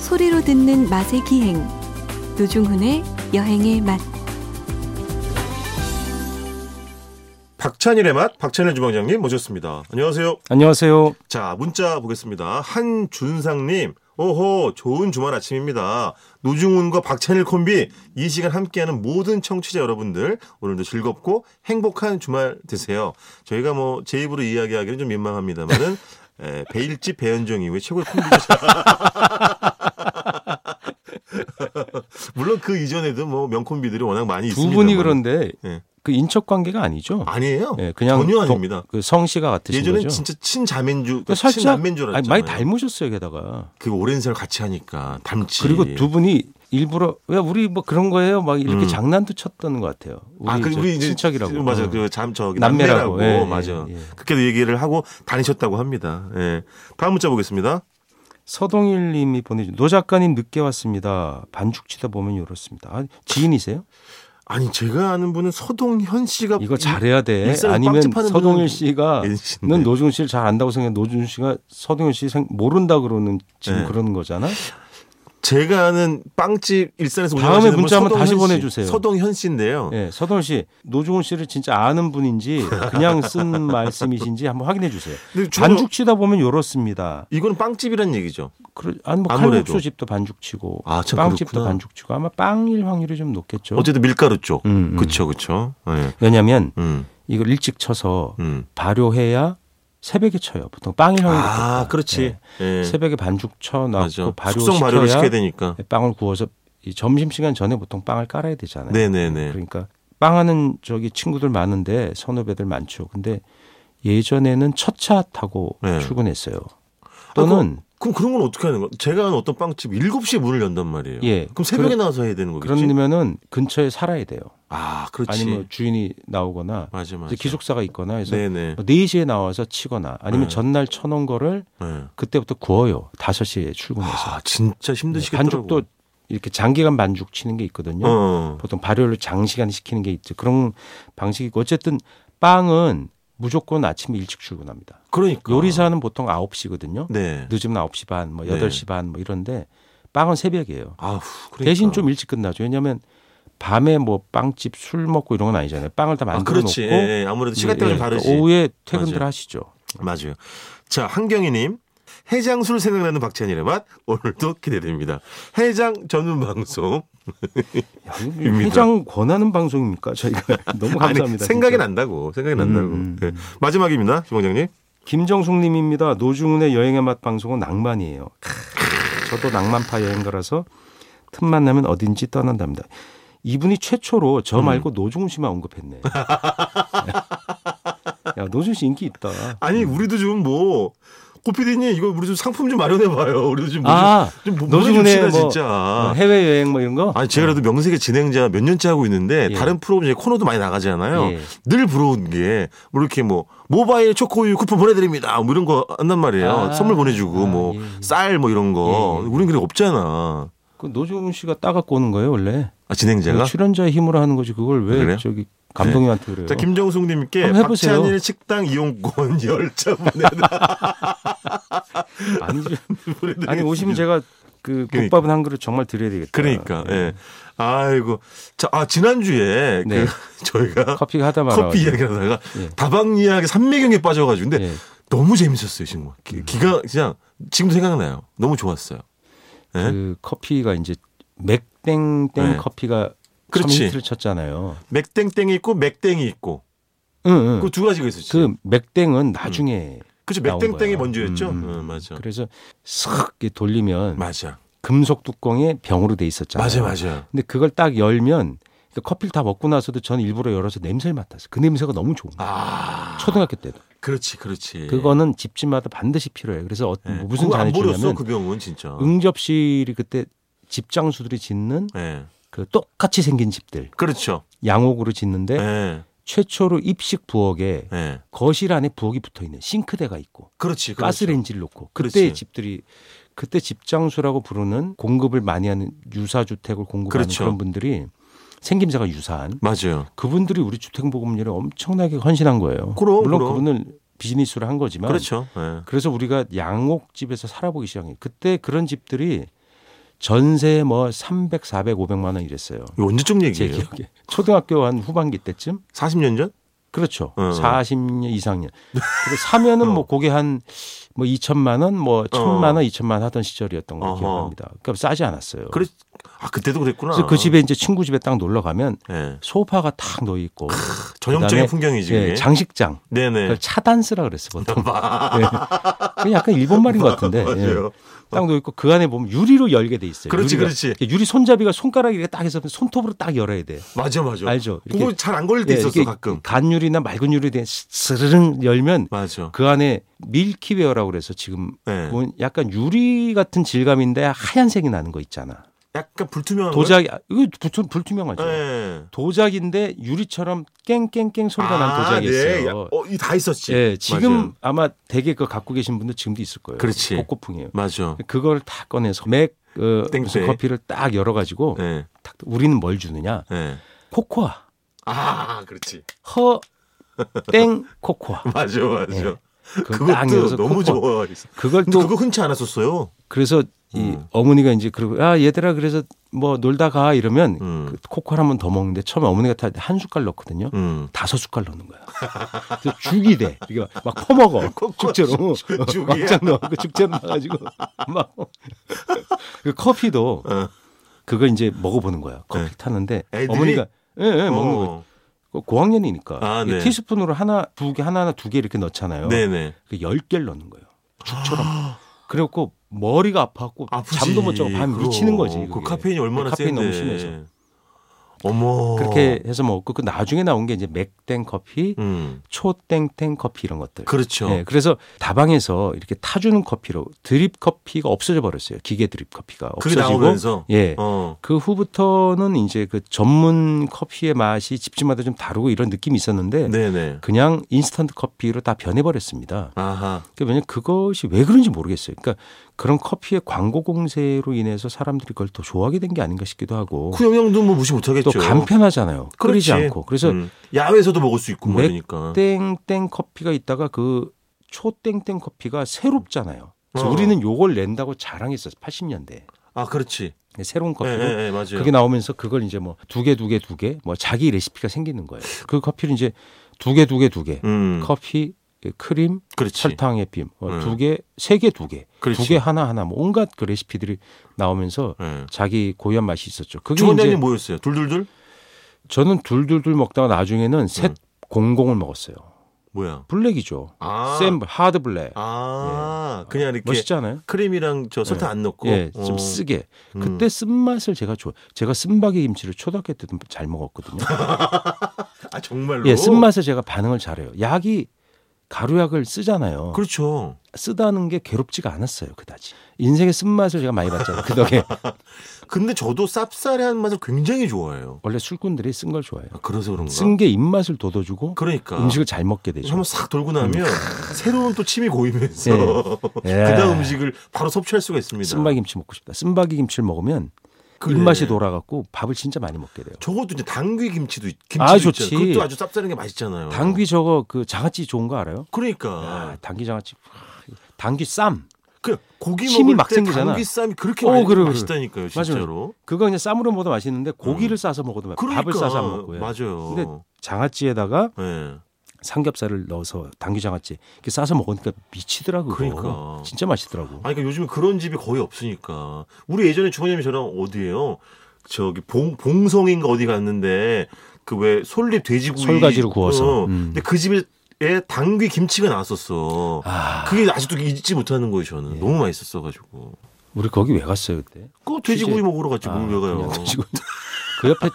소리로 듣는 맛의 기행 노중훈의 여행의 맛 박찬일의 맛, 박찬일 주방장님 모셨습니다. 안녕하세요. 안녕하세요. 자, 문자 보겠습니다. 한준상님, 오호, 좋은 주말 아침입니다. 노중훈과 박찬일 콤비, 이 시간 함께하는 모든 청취자 여러분들, 오늘도 즐겁고 행복한 주말 되세요. 저희가 뭐, 제 입으로 이야기하기는 좀 민망합니다만은, 에, 배일지 배현정 이후에 최고의 콤비죠. 물론 그 이전에도 뭐, 명콤비들이 워낙 많이 두 있습니다. 분이 그런데 예. 그 인척 관계가 아니죠? 아니에요. 예, 그냥 전혀 동- 아닙니다. 그 성씨가 같으신 예전엔 거죠? 진짜 친자매인줄, 그러니까 살짝- 친남매인 줄 알았잖아요. 아니, 많이 닮으셨어요, 게다가. 그 오랜 세월 같이 하니까 닮지. 그리고 두 분이 일부러 야 우리 뭐 그런 거예요 막 이렇게 음. 장난도 쳤던 것 같아요. 우리, 아, 그 저 우리 이제 친척이라고. 맞아. 어. 그참 저기 남매라고. 남매라고. 예, 맞아. 예, 예. 그렇게도 얘기를 하고 다니셨다고 합니다. 예. 다음 문자 보겠습니다. 서동일님이 보내준 노 작가님 늦게 왔습니다. 반죽 치다 보면 이렇습니다. 아, 지인이세요? 아니 제가 아는 분은 서동현 씨가 이거 잘해야 돼. 일상에서 아니면 빵집하는 분은 서동일 씨가 NC 인데. 는 노준 씨를 잘 안다고 생각해. 노준 씨가 서동일 씨 생- 모른다 그러는 지금 네. 그런 거잖아. 제가 아는 빵집 일산에서 다음에 운영하시는 분 문자 한번 서동현 다시 씨. 보내주세요. 서동현 씨인데요. 예, 서동일 씨, 노중훈 씨를 진짜 아는 분인지 그냥 쓴 말씀이신지 한번 확인해 주세요. 근데 주로 반죽 치다 보면 요렇습니다. 이거는 빵집이란 얘기죠. 그러, 아니 뭐 아무래도. 칼국수 집도 반죽 치고 아, 참 빵집도 그렇구나. 반죽 치고 아마 빵일 확률이 좀 높겠죠. 어쨌든 밀가루 쪽. 그렇죠? 음, 음. 그렇죠, 그렇죠. 예. 왜냐하면 음, 이걸 일찍 쳐서 음. 발효해야 새벽에 쳐요. 보통 빵일 확률이 아, 높겠다. 그렇지. 예. 예. 새벽에 반죽 쳐놨고 맞아. 숙성 발효시켜야 예, 발효를 시켜야 되니까. 빵을 구워서 이 점심시간 전에 보통 빵을 깔아야 되잖아요. 네, 네, 네. 그러니까 빵하는 저기 친구들 많은데 선후배들 많죠. 근데 예전에는 첫 차 타고 네. 아, 출근했어요. 또는 그럼 그런 건 어떻게 하는 거야? 제가 아는 어떤 빵집 7시에 문을 연단 말이에요. 예. 그럼 새벽에 그런- 나와서 해야 되는 거겠지? 그러면은 근처에 살아야 돼요. 아, 그렇지. 아니면 뭐 주인이 나오거나 맞아, 맞아. 이제 기숙사가 있거나 해서 네네. 뭐 4시에 나와서 치거나 아니면 네. 전날 쳐놓은 거를 네. 그때부터 구워요. 5시에 출근해서. 아, 진짜 네, 힘드시겠더라고. 반죽도 이렇게 장기간 반죽 치는 게 있거든요. 어. 보통 발효를 장시간 시키는 게 있죠. 그런 방식이고 어쨌든 빵은 무조건 아침에 일찍 출근합니다. 그러니까. 요리사는 보통 9시거든요. 네. 늦으면 9시 반, 뭐 네. 8시 반 뭐 이런데 빵은 새벽이에요. 아우, 그러니까. 대신 좀 일찍 끝나죠. 왜냐하면 밤에 뭐 빵집 술 먹고 이런 건 아니잖아요. 빵을 다 아, 만들어 그렇지. 놓고 예, 예. 아무래도 시간대가 예, 좀 예. 다르지. 그러니까 오후에 퇴근들 맞아요. 하시죠. 맞아요. 자, 한경희님. 해장술 생각나는 박찬일의 맛 오늘도 기대됩니다. 해장 전문 방송 야, 이거 회장 권하는 방송입니까? 저희가 너무 감사합니다. 아니 생각이 진짜. 난다고 생각이 음, 난다고 음, 예. 마지막입니다, 주방장님. 김정숙님입니다. 노중훈의 여행의 맛 방송은 낭만이에요. 크, 저도 낭만파 여행가라서 틈만 나면 어딘지 떠난답니다. 이분이 최초로 음. 저 말고 노중훈 씨만 언급했네. 야 노중훈 씨 인기 있다. 아니 음. 우리도 좀뭐 고피디님 이거 우리 좀 상품 좀 마련해 봐요. 우리도 좀좀 아, 보내줍시다 노중훈의 뭐- 진짜. 해외 여행 뭐 이런 거. 아니 제가 그래도 명색의 진행자 몇 년째 하고 있는데 예. 다른 프로그램 코너도 많이 나가잖아요. 예. 늘 부러운 게뭐 이렇게 뭐 모바일 초코우유 쿠폰 보내드립니다. 뭐 이런 거 한단 말이에요. 아. 선물 보내주고 아, 뭐 예, 예. 쌀 뭐 이런 거 예, 예. 우린 그게 없잖아. 그 노중훈 씨가 따갖고 오는 거예요 원래. 뭐 아, 진행자가. 출연자의 힘으로 하는 거지 그걸 왜 그래요? 네. 저기 감독님한테 그래요? 자 김정숙님께 한번 해보세요. 박찬일 식당 이용권 열차 보내드립니다. 아니, 아니 오시면 제가 그 국밥은 한 그릇 정말 드려야 되겠다. 그러니까 예. 아이고 자 아 지난주에 네. 그 저희가 커피 하다 말아. 커피 이야기를 하다가 예. 다방 이야기 삼매경에 빠져가지고 근데 예. 음. 너무 재밌었어요 정말 기- 기가 그냥 지금도 생각나요 너무 좋았어요 예? 그 커피가 이제 맥땡땡 네. 커피가 참 그렇지. 히트를 쳤잖아요. 맥땡땡이 있고 맥땡이 있고 응, 응. 그 두 가지가 있었죠 음. 그 맥땡은 나중에 그렇죠 나온 맥땡땡이 거예요. 먼저였죠 음, 음. 어, 맞아 그래서 싹 이렇게 돌리면 맞아 금속 뚜껑에 병으로 돼 있었잖아요. 맞아 맞아 근데 그걸 딱 열면 그 커피를 다 먹고 나서도 저는 일부러 열어서 냄새를 맡았어요. 그 냄새가 너무 좋은 거예요. 아 초등학교 때도. 그렇지 그렇지 그거는 집집마다 반드시 필요해요. 그래서 어, 예. 무슨 그거 안 잔을 버렸어 주냐면 음. 그 병은 진짜 응접실이 그때 집장수들이 짓는 예 그 똑같이 생긴 집들 그렇죠 양옥으로 짓는데 예예 예. 최초로 입식 부엌에 거실 안에 부엌이 붙어 있는 싱크대가 있고 그렇지 그렇죠. 가스레인지를 놓고 그때 그렇지. 집들이 그때 집장수라고 부르는 공급을 많이 하는 유사 주택을 공급하는 그렇죠. 그런 분들이 생김새가 유사한 맞아요 그분들이 우리 주택 보급률에 엄청나게 헌신한 거예요. 그럼, 물론 그럼. 그분을 비즈니스로 한 거지만 그렇죠 예. 그래서 우리가 양옥집에서 살아보기 시작해요. 그때 그런 집들이 전세 뭐 300, 400, 500만 원 이랬어요. 이거 언제쯤 제 얘기예요? 기억에 초등학교 한 후반기 때쯤 40년 전? 그렇죠. 어. 40년 이상년. 그리고 사면은 뭐 그게 한뭐 2천만 원, 뭐 1천만 원, 2천만 원 하던 시절이었던 걸 어. 어허. 기억합니다. 그러니까 싸지 않았어요. 그래. 아 그때도 그랬구나. 그래서 그 집에 이제 친구 집에 딱 놀러 가면 예. 소파가 탁 놓여 있고 전형적인 그다음에 풍경이지. 예, 그게. 장식장. 네네. 그걸 차단스라 그랬어 보통. 예. 그게 약간 일본 말인 것 같은데. 예. 맞아요. 딱 놓여 있고 그 안에 보면 유리로 열게 돼 있어요. 그렇지, 유리가. 그렇지. 이렇게 유리 손잡이가 손가락이 이렇게 딱 해서 손톱으로 딱 열어야 돼. 맞아 맞아. 알죠. 이렇게- 그거 잘 안 걸릴 때 예, 있었어 이게 가끔. 간유리나 맑은 유리 된 스르릉 열면 맞아. 그 안에 밀키웨어라고 그래서 지금 예. 보면 약간 유리 같은 질감인데 하얀색이 나는 거 있잖아. 약간 불투명한 도자기 아, 이거 불투, 불투명하죠. 거. 예. 도자기인데 유리처럼 깽깽깽 소리가 아, 난 도자기 네. 야, 있어요. 어, 이거 다 있었지. 예, 지금 맞아요. 아마 대개 그거 갖고 계신 분들 지금도 있을 거예요. 그렇지. 복고풍이에요. 맞아. 그걸 다 꺼내서 맥 어, 땡땡. 무슨 커피를 딱 열어가지고 예. 탁, 우리는 뭘 주느냐? 예. 코코아 아 그렇지. 허 땡 코코아 맞아 맞아. 예. 그거 딱 그것도 열어서 너무 코코아. 좋아. 근데 그걸 또 그거 흔치 않았었어요. 그래서 이 음. 어머니가 이제 그러고 아 얘들아 그래서 뭐 놀다 가 이러면 음. 그 코코아를 한 번 더 먹는데 처음에 어머니가 다 한 숟갈 넣거든요. 음. 다섯 숟갈 넣는 거야. 그래서 죽이 돼. 이게 막 퍼먹어. 코코아 죽제로. 어, 죽이야. 막장 넣고 죽제로 나가지고 막. 그 커피도 어. 그걸 이제 먹어보는 거야. 커피 네. 타는데 애들이? 어머니가 예, 예, 먹는 거. 어. 그 고학년이니까 아, 이게 네. 티스푼으로 하나 두 개 하나 하나 두 개 이렇게 넣잖아요. 네네. 그 열 개를 넣는 거예요. 죽처럼. 그래갖고 머리가 아파갖고 아. 아프지. 잠도 못 자고 밤에 그거. 미치는 거지. 그 그게. 카페인이 얼마나 카페인 센데. 너무 심해서. 어머. 그렇게 해서 먹고 그 나중에 나온 게 이제 맥땡 커피, 음. 초땡땡 커피 이런 것들. 그렇죠. 예, 그래서 다방에서 이렇게 타주는 커피로 드립 커피가 없어져 버렸어요. 기계 드립 커피가 그게 없어지고 나오면서 예. 어. 그 후부터는 이제 그 전문 커피의 맛이 집집마다 좀 다르고 이런 느낌이 있었는데 네네. 그냥 인스턴트 커피로 다 변해 버렸습니다. 아하. 그러니까 왜냐 그것이 왜 그런지 모르겠어요. 그러니까 그런 커피의 광고 공세로 인해서 사람들이 그걸 더 좋아하게 된 게 아닌가 싶기도 하고 그 영양도 뭐 무시 못하겠죠. 또 간편하잖아요. 끓이지 그렇지. 않고 그래서 음. 야외에서도 먹을 수 있고 뭐 맥- 이러니까. 땡땡 커피가 있다가 그 초땡땡 커피가 새롭잖아요. 그래서 어. 우리는 요걸 낸다고 자랑했었어 80년대 네, 아 그렇지. 새로운 예, 커피로 예, 예, 맞아요. 그게 나오면서 그걸 이제 뭐 두 개 두 개 두 개 뭐 자기 레시피가 생기는 거예요. 그 커피를 이제 두 개 두 개 두 개 음. 커피 크림 그렇지. 설탕의 빔, 어, 음. 두 개, 세 개, 두 개, 그렇지. 두 개 하나 하나, 뭐 온갖 그 레시피들이 나오면서 예. 자기 고유한 맛이 있었죠. 그게 주원장님 이제 뭐였어요? 둘둘둘? 저는 둘둘둘 먹다가 나중에는 셋 공공을 먹었어요. 뭐야? 블랙이죠. 네. 아. 센 하드 블랙. 아 그냥 이렇게 예. 멋있지 않아요? 크림이랑 저 설탕 안 넣고. 예, 좀 어. 쓰게. 음. 그때 쓴 맛을 제가 좋아. 제가 쓴박이 김치를 초등학교 때도 잘 먹었거든요. 아 정말로. 예, 쓴 맛에 제가 반응을 잘해요. 약이 가루약을 쓰잖아요. 그렇죠. 쓰다는 게 괴롭지가 않았어요, 그다지. 인생의 쓴맛을 제가 많이 봤잖아요. 그 덕에. 근데 저도 쌉싸래한 맛을 굉장히 좋아해요. 원래 술꾼들이 쓴 걸 좋아해요. 아, 그래서 그런가? 쓴 게 입맛을 돋워주고 그러니까 음식을 잘 먹게 되죠. 한번 싹 돌고 나면 새로운 또 침이 고이면서 예. 그다음 음식을 바로 섭취할 수가 있습니다. 쓴바김치 먹고 싶다. 쓴바기 김치를 먹으면 그래. 입맛이 돌아갖고 밥을 진짜 많이 먹게 돼요. 저것도 이제 당귀 김치도 있- 김치도 아, 있잖아요. 좋지. 그것도 아주 쌉싸는 게 맛있잖아요. 당귀 저거 그 장아찌 좋은 거 알아요? 그러니까 아, 당귀 장아찌. 당귀 쌈. 그 고기 침이 먹을 막 때 생기잖아. 당귀 쌈이 그렇게 어, 맛- 그래, 그래. 맛있다니까요, 맞아요. 진짜로. 그거 그냥 쌈으로 먹어도 맛있는데 고기를 싸서 먹어도 맛- 그러니까 밥을 싸서 안 먹고요. 맞아요. 근데 장아찌에다가 예. 삼겹살을 넣어서 당귀 장아찌 이렇게 싸서 먹으니까 미치더라고요. 그러니까. 진짜 맛있더라고. 아니, 그러니까 요즘에 그런 집이 거의 없으니까. 우리 예전에 주원님이 저랑 어디예요? 저기 봉, 봉성인가 어디 갔는데 그 왜 솔잎 돼지고기 솔가지로 구워서. 어, 음. 근데 그 집에 당귀 김치가 나왔었어. 아. 그게 아직도 잊지 못하는 거예요, 저는. 너무 맛있었어 가지고. 우리 거기 왜 갔어요 그때? 그 돼지고기 취재- 먹으러 갔지 뭘 왜 가요? 아, 그냥 드시고. 그 옆에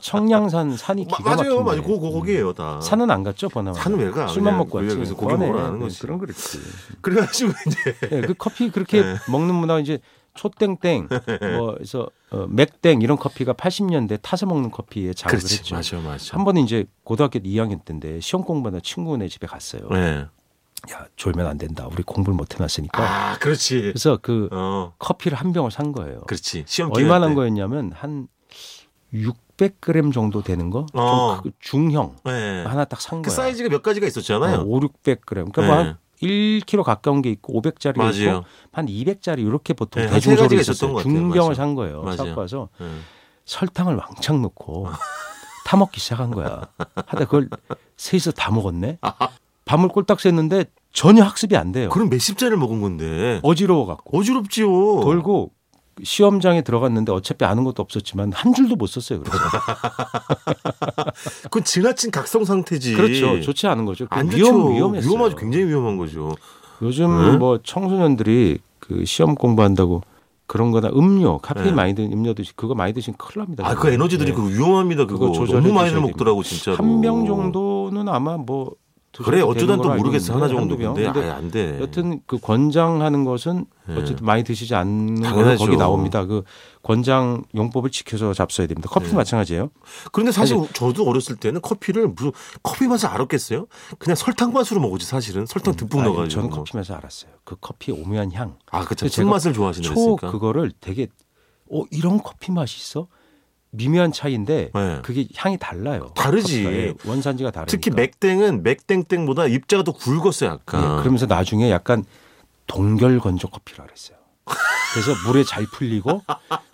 청량산 산이 마- 기가 맞아요, 막힌데. 음. 맞아요. 그 거기예요, 다. 산은 안 갔죠, 버나마. 산은 왜 가? 술만 그냥 먹고 왜 왔지. 여기서 고기 뻔해. 먹으러 가는 거지. 네. 그런 거랬지. 그래가지고 이제 예, 그 커피 그렇게 네. 먹는 문화 이제 초땡땡 뭐 그래서 어, 맥땡 이런 커피가 80년대 타서 먹는 커피의 장을 그렇지, 했죠. 맞아요, 맞아요. 한 번은 이제 고등학교 2학년 때인데 시험 공부하다 친구네 집에 갔어요. 네. 야 졸면 안 된다. 우리 공부를 못 해놨으니까. 아, 그렇지. 그래서 그 어, 커피를 한 병을 산 거예요. 그렇지. 시험 기간 얼마나 때. 한 거였냐면 한 600g 정도 되는 거, 좀 어. 크고 중형 네. 하나 딱 산 그 거야. 사이즈가 몇 가지가 있었잖아요. 5, 600g. 그러니까 뭐 네. 한 1kg 가까운 게 있고 500짜리 가 맞아요. 있고 한 200짜리 이렇게 보통 네, 한세 대중소로 가지가 있었어요. 있었던 것 같아요. 중병을 맞아요. 산 거예요. 맞아요. 사고 와서 예. 설탕을 왕창 넣고 타먹기 시작한 거야. 하다 그걸 셋이서 다 먹었네. 밤을 꼴딱 샜는데 전혀 학습이 안 돼요. 그럼 몇십 잔을 먹은 건데 어지러워 갖고 그렇죠. 어지럽지요. 돌고 시험장에 들어갔는데 어차피 아는 것도 없었지만 한 줄도 못 썼어요. 그래서. 그건 지나친 각성 상태지. 그렇죠. 좋지 않은 거죠. 안 좋죠. 위험 위험했어요. 위험하죠. 굉장히 위험한 거죠. 요즘 응? 뭐 청소년들이 그 시험 공부한다고 그런 거나 음료, 카페인 네. 많이 든 음료 드시 그거 많이 드시면 큰일 납니다. 아 그 에너지 들이 네. 그 위험합니다. 그거, 그거 조절해 너무 많이 드셔야 먹더라고 진짜로. 한 병 정도는 아마 뭐 드셔도 그래 되는 어쩌다 걸로 또 알고 모르겠어 하나 있는데, 한두 병. 정도인데 아예 근데 안 돼. 여튼 그 권장하는 것은 예. 어쨌든 많이 드시지 않는 걸로 당연하죠. 거기 나옵니다. 그 권장 용법을 지켜서 잡숴야 됩니다. 커피 네. 도 마찬가지예요. 그런데 사실 저도 어렸을 때는 커피를 무슨 커피 맛을 알았겠어요? 그냥 설탕 맛으로 먹었지 사실은 설탕 듬뿍 음, 아니, 넣어가지고. 뭐. 저는 커피 맛을 알았어요. 그 커피 오묘한 향. 아 그쵸. 제가 쓴 맛을 좋아하시는 초 거니까. 그거를 되게 어 이런 커피 맛이 있어? 미묘한 차이인데 네. 그게 향이 달라요. 다르지. 커피가. 예, 원산지가 다르니까. 특히 맥땡은 맥땡땡보다 입자가 더 굵었어요 아까. 예, 그러면서 나중에 약간 동결 건조 커피라 그랬어요. 그래서 물에 잘 풀리고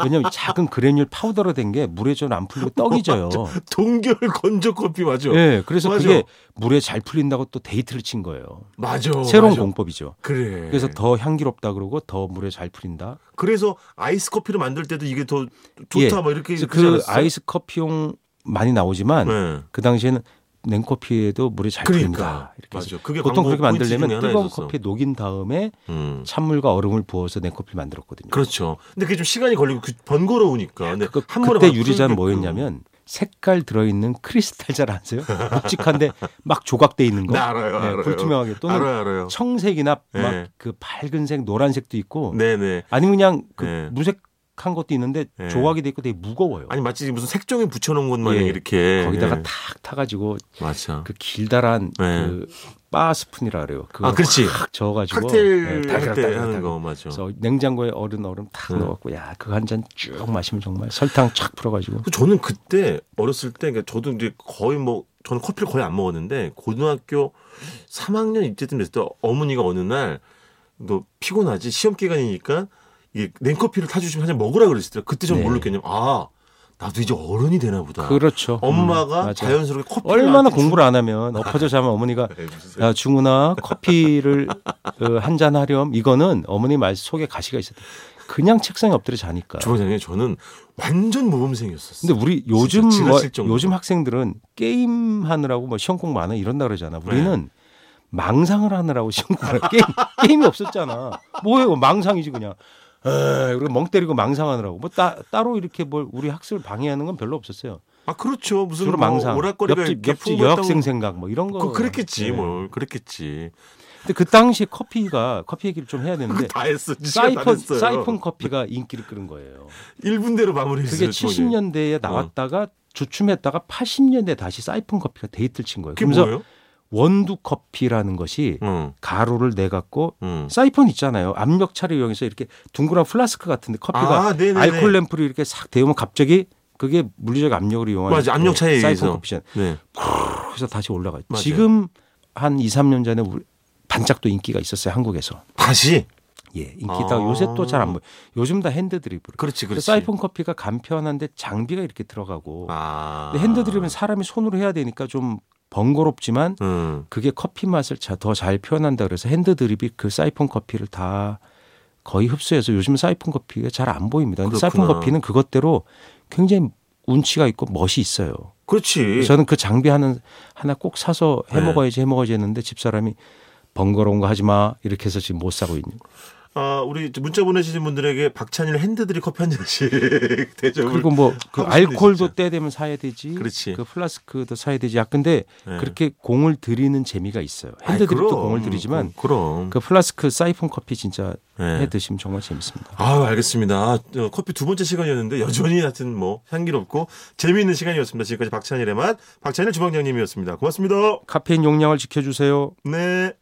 왜냐면 작은 그래놀 파우더로 된 게 물에 좀 안 풀리고 떡이 져요. 동결 건조 커피 맞죠? 예. 그래서 맞아. 그게 물에 잘 풀린다고 또 데이트를 친 거예요. 맞아. 새로운 어, 맞아. 예. 공법이죠. 그래. 그래서 더 향기롭다 그러고 더 물에 잘 풀린다. 그래서 아이스 커피를 만들 때도 이게 더 예. 좋다 막 이렇게 그래서 그러지 그 않았어요? 아이스 커피용 많이 나오지만 네. 그 당시에는 냉커피에도 물이 잘 그러니까 풀립니다. 이렇게 해서 맞아. 그게 보통 그렇게 광고 포인트 중에 만들려면 뜨거운 하나였었어. 커피에 녹인 다음에 음. 찬물과 얼음을 부어서 냉커피를 만들었거든요. 그렇죠. 근데 그게 좀 시간이 걸리고 그 번거로우니까. 근데 그, 한 번에 때 막 유리잔 끓이게끔. 뭐였냐면 색깔 들어있는 크리스탈 잘 아세요? 묵직한데 막 조각돼 있는 거. 나 음. 알아요, 네, 알아요. 불투명하게 또는 알아요, 알아요. 청색이나 네. 막 그 밝은색, 노란색도 있고 네네. 아니면 그냥 그 네. 무색한 것도 있는데 네. 조각이 돼 있고 되게 무거워요. 아니 마치 무슨 색종이 붙여놓은 것 마냥 예. 이렇게 거기다가 예. 탁 타가지고 맞아. 그 길다란 네. 그바 스푼이라 그래요. 그거 아, 그렇지. 확 저어가지고 칵테일 네, 할 달달달달달. 때 하는 거 맞아. 그래서 냉장고에 얼은 얼음 탁 네. 넣어갖고 야 그거 한 잔 쭉 마시면 정말 설탕 착 풀어가지고 그 저는 그때 어렸을 때 그러니까 저도 이제 거의 뭐 저는 커피를 거의 안 먹었는데 고등학교 3학년 이때쯤 됐을 때 어머니가 어느 날 너 피곤하지 시험 기간이니까 이게 냉커피를 타주시면 한 잔 먹으라 그랬을 때 그때 좀 네. 몰랐겠냐면 아 나도 이제 어른이 되나 보다. 그렇죠. 엄마가 음, 맞아요. 자연스럽게 커피 얼마나 공부를 안 하면 엎어져 자면 어머니가 네, 야 중훈아 커피를 그 한 잔 하렴 이거는 어머니 말 속에 가시가 있었다. 그냥 책상에 엎드려 자니까. 주방장님 저는 완전 모범생이었었어요. 근데 우리 요즘 진짜 뭐, 지나칠 정도로. 요즘 학생들은 게임 하느라고 뭐 시험 공부 안 해 이런다 그러잖아. 네. 우리는 망상을 하느라고 시험 공부 게임 게임이 없었잖아. 뭐예요? 망상이지 그냥. 에이, 그리고 멍 때리고 망상하느라고 뭐 따, 따로 이렇게 뭘 우리 학습을 방해하는 건 별로 없었어요. 아 그렇죠 무슨 주로 뭐 망상, 오락거리가 옆집, 이렇게 옆집 풍부했던 여학생 생각 뭐 이런 거. 거 그랬겠지 네. 뭘 그랬겠지 근데 그 당시 커피가 커피 얘기를 좀 해야 되는데 다 했어 진짜 그 다 사이펀 했어요. 사이펀 커피가 인기를 끄는 거예요. 1분대로 마무리했어요. 그게 70년대에 나왔다가 주춤했다가 80년대 다시 사이펀 커피가 데이트를 친 거예요. 그게 그래서 뭐예요? 음. 어, 원두 커피라는 것이 응, 가루를 내 갖고 응. 사이펀 있잖아요. 압력차를 이용해서 이렇게 둥그란 플라스크 같은데 커피가 아, 네네네. 알코올 램프를 이렇게 싹 데우면 갑자기 그게 물리적 압력을 이용하는 맞아, 압력 차에 뭐 사이펀 의해서. 커피잖아요. 네. 그래서 다시 올라가요. 맞아요. 지금 한 2, 3년 전에 우리 반짝도 인기가 있었어요. 한국에서. 다시 예, 인기 있다가 아. 요새 또 잘 안 보여. 요즘 다 핸드 드립으로. 그렇지 그래서 그렇지. 사이폰 커피가 간편한데 장비가 이렇게 들어가고 아. 근데 네, 핸드 드립은 사람이 손으로 해야 되니까 좀 번거롭지만 응. 그게 커피 맛을 더 잘 표현한다 그래서 핸드 드립이 그 사이폰 커피를 다 거의 흡수해서 요즘 사이폰 커피가 잘 안 보입니다. 근데 사이폰 그렇구나. 커피는 그것대로 굉장히 운치가 있고 멋이 있어요. 그렇지. 저는 그 장비 하나, 하나 꼭 사서 해 예. 네. 먹어야지 해 먹어야지 했는데 집사람이 번거로운 거 하지 마 이렇게 해서 지금 못 사고 있는. 아 우리 문자 보내시는 분들에게 박찬일 핸드들이 커피 한 잔씩 대접을. 그리고 뭐 그 하고 싶네, 알코올도 진짜. 때 되면 사야 되지. 그렇지. 그 플라스크도 사야 되지. 야 근데 네. 그렇게 공을 들이는 재미가 있어요. 아이, 핸드드립도 그럼. 어, 공을 들이지만 그럼. 그 플라스크 사이폰 커피 진짜 네. 해 드시면 정말 재밌습니다. 아 알겠습니다. 아, 저 커피 두 번째 시간이었는데 여전히 하여튼 뭐 향기롭고 재미있는 시간이었습니다. 지금까지 박찬일의 맛 박찬일 주방장님이었습니다. 고맙습니다. 카페인 용량을 지켜주세요. 네.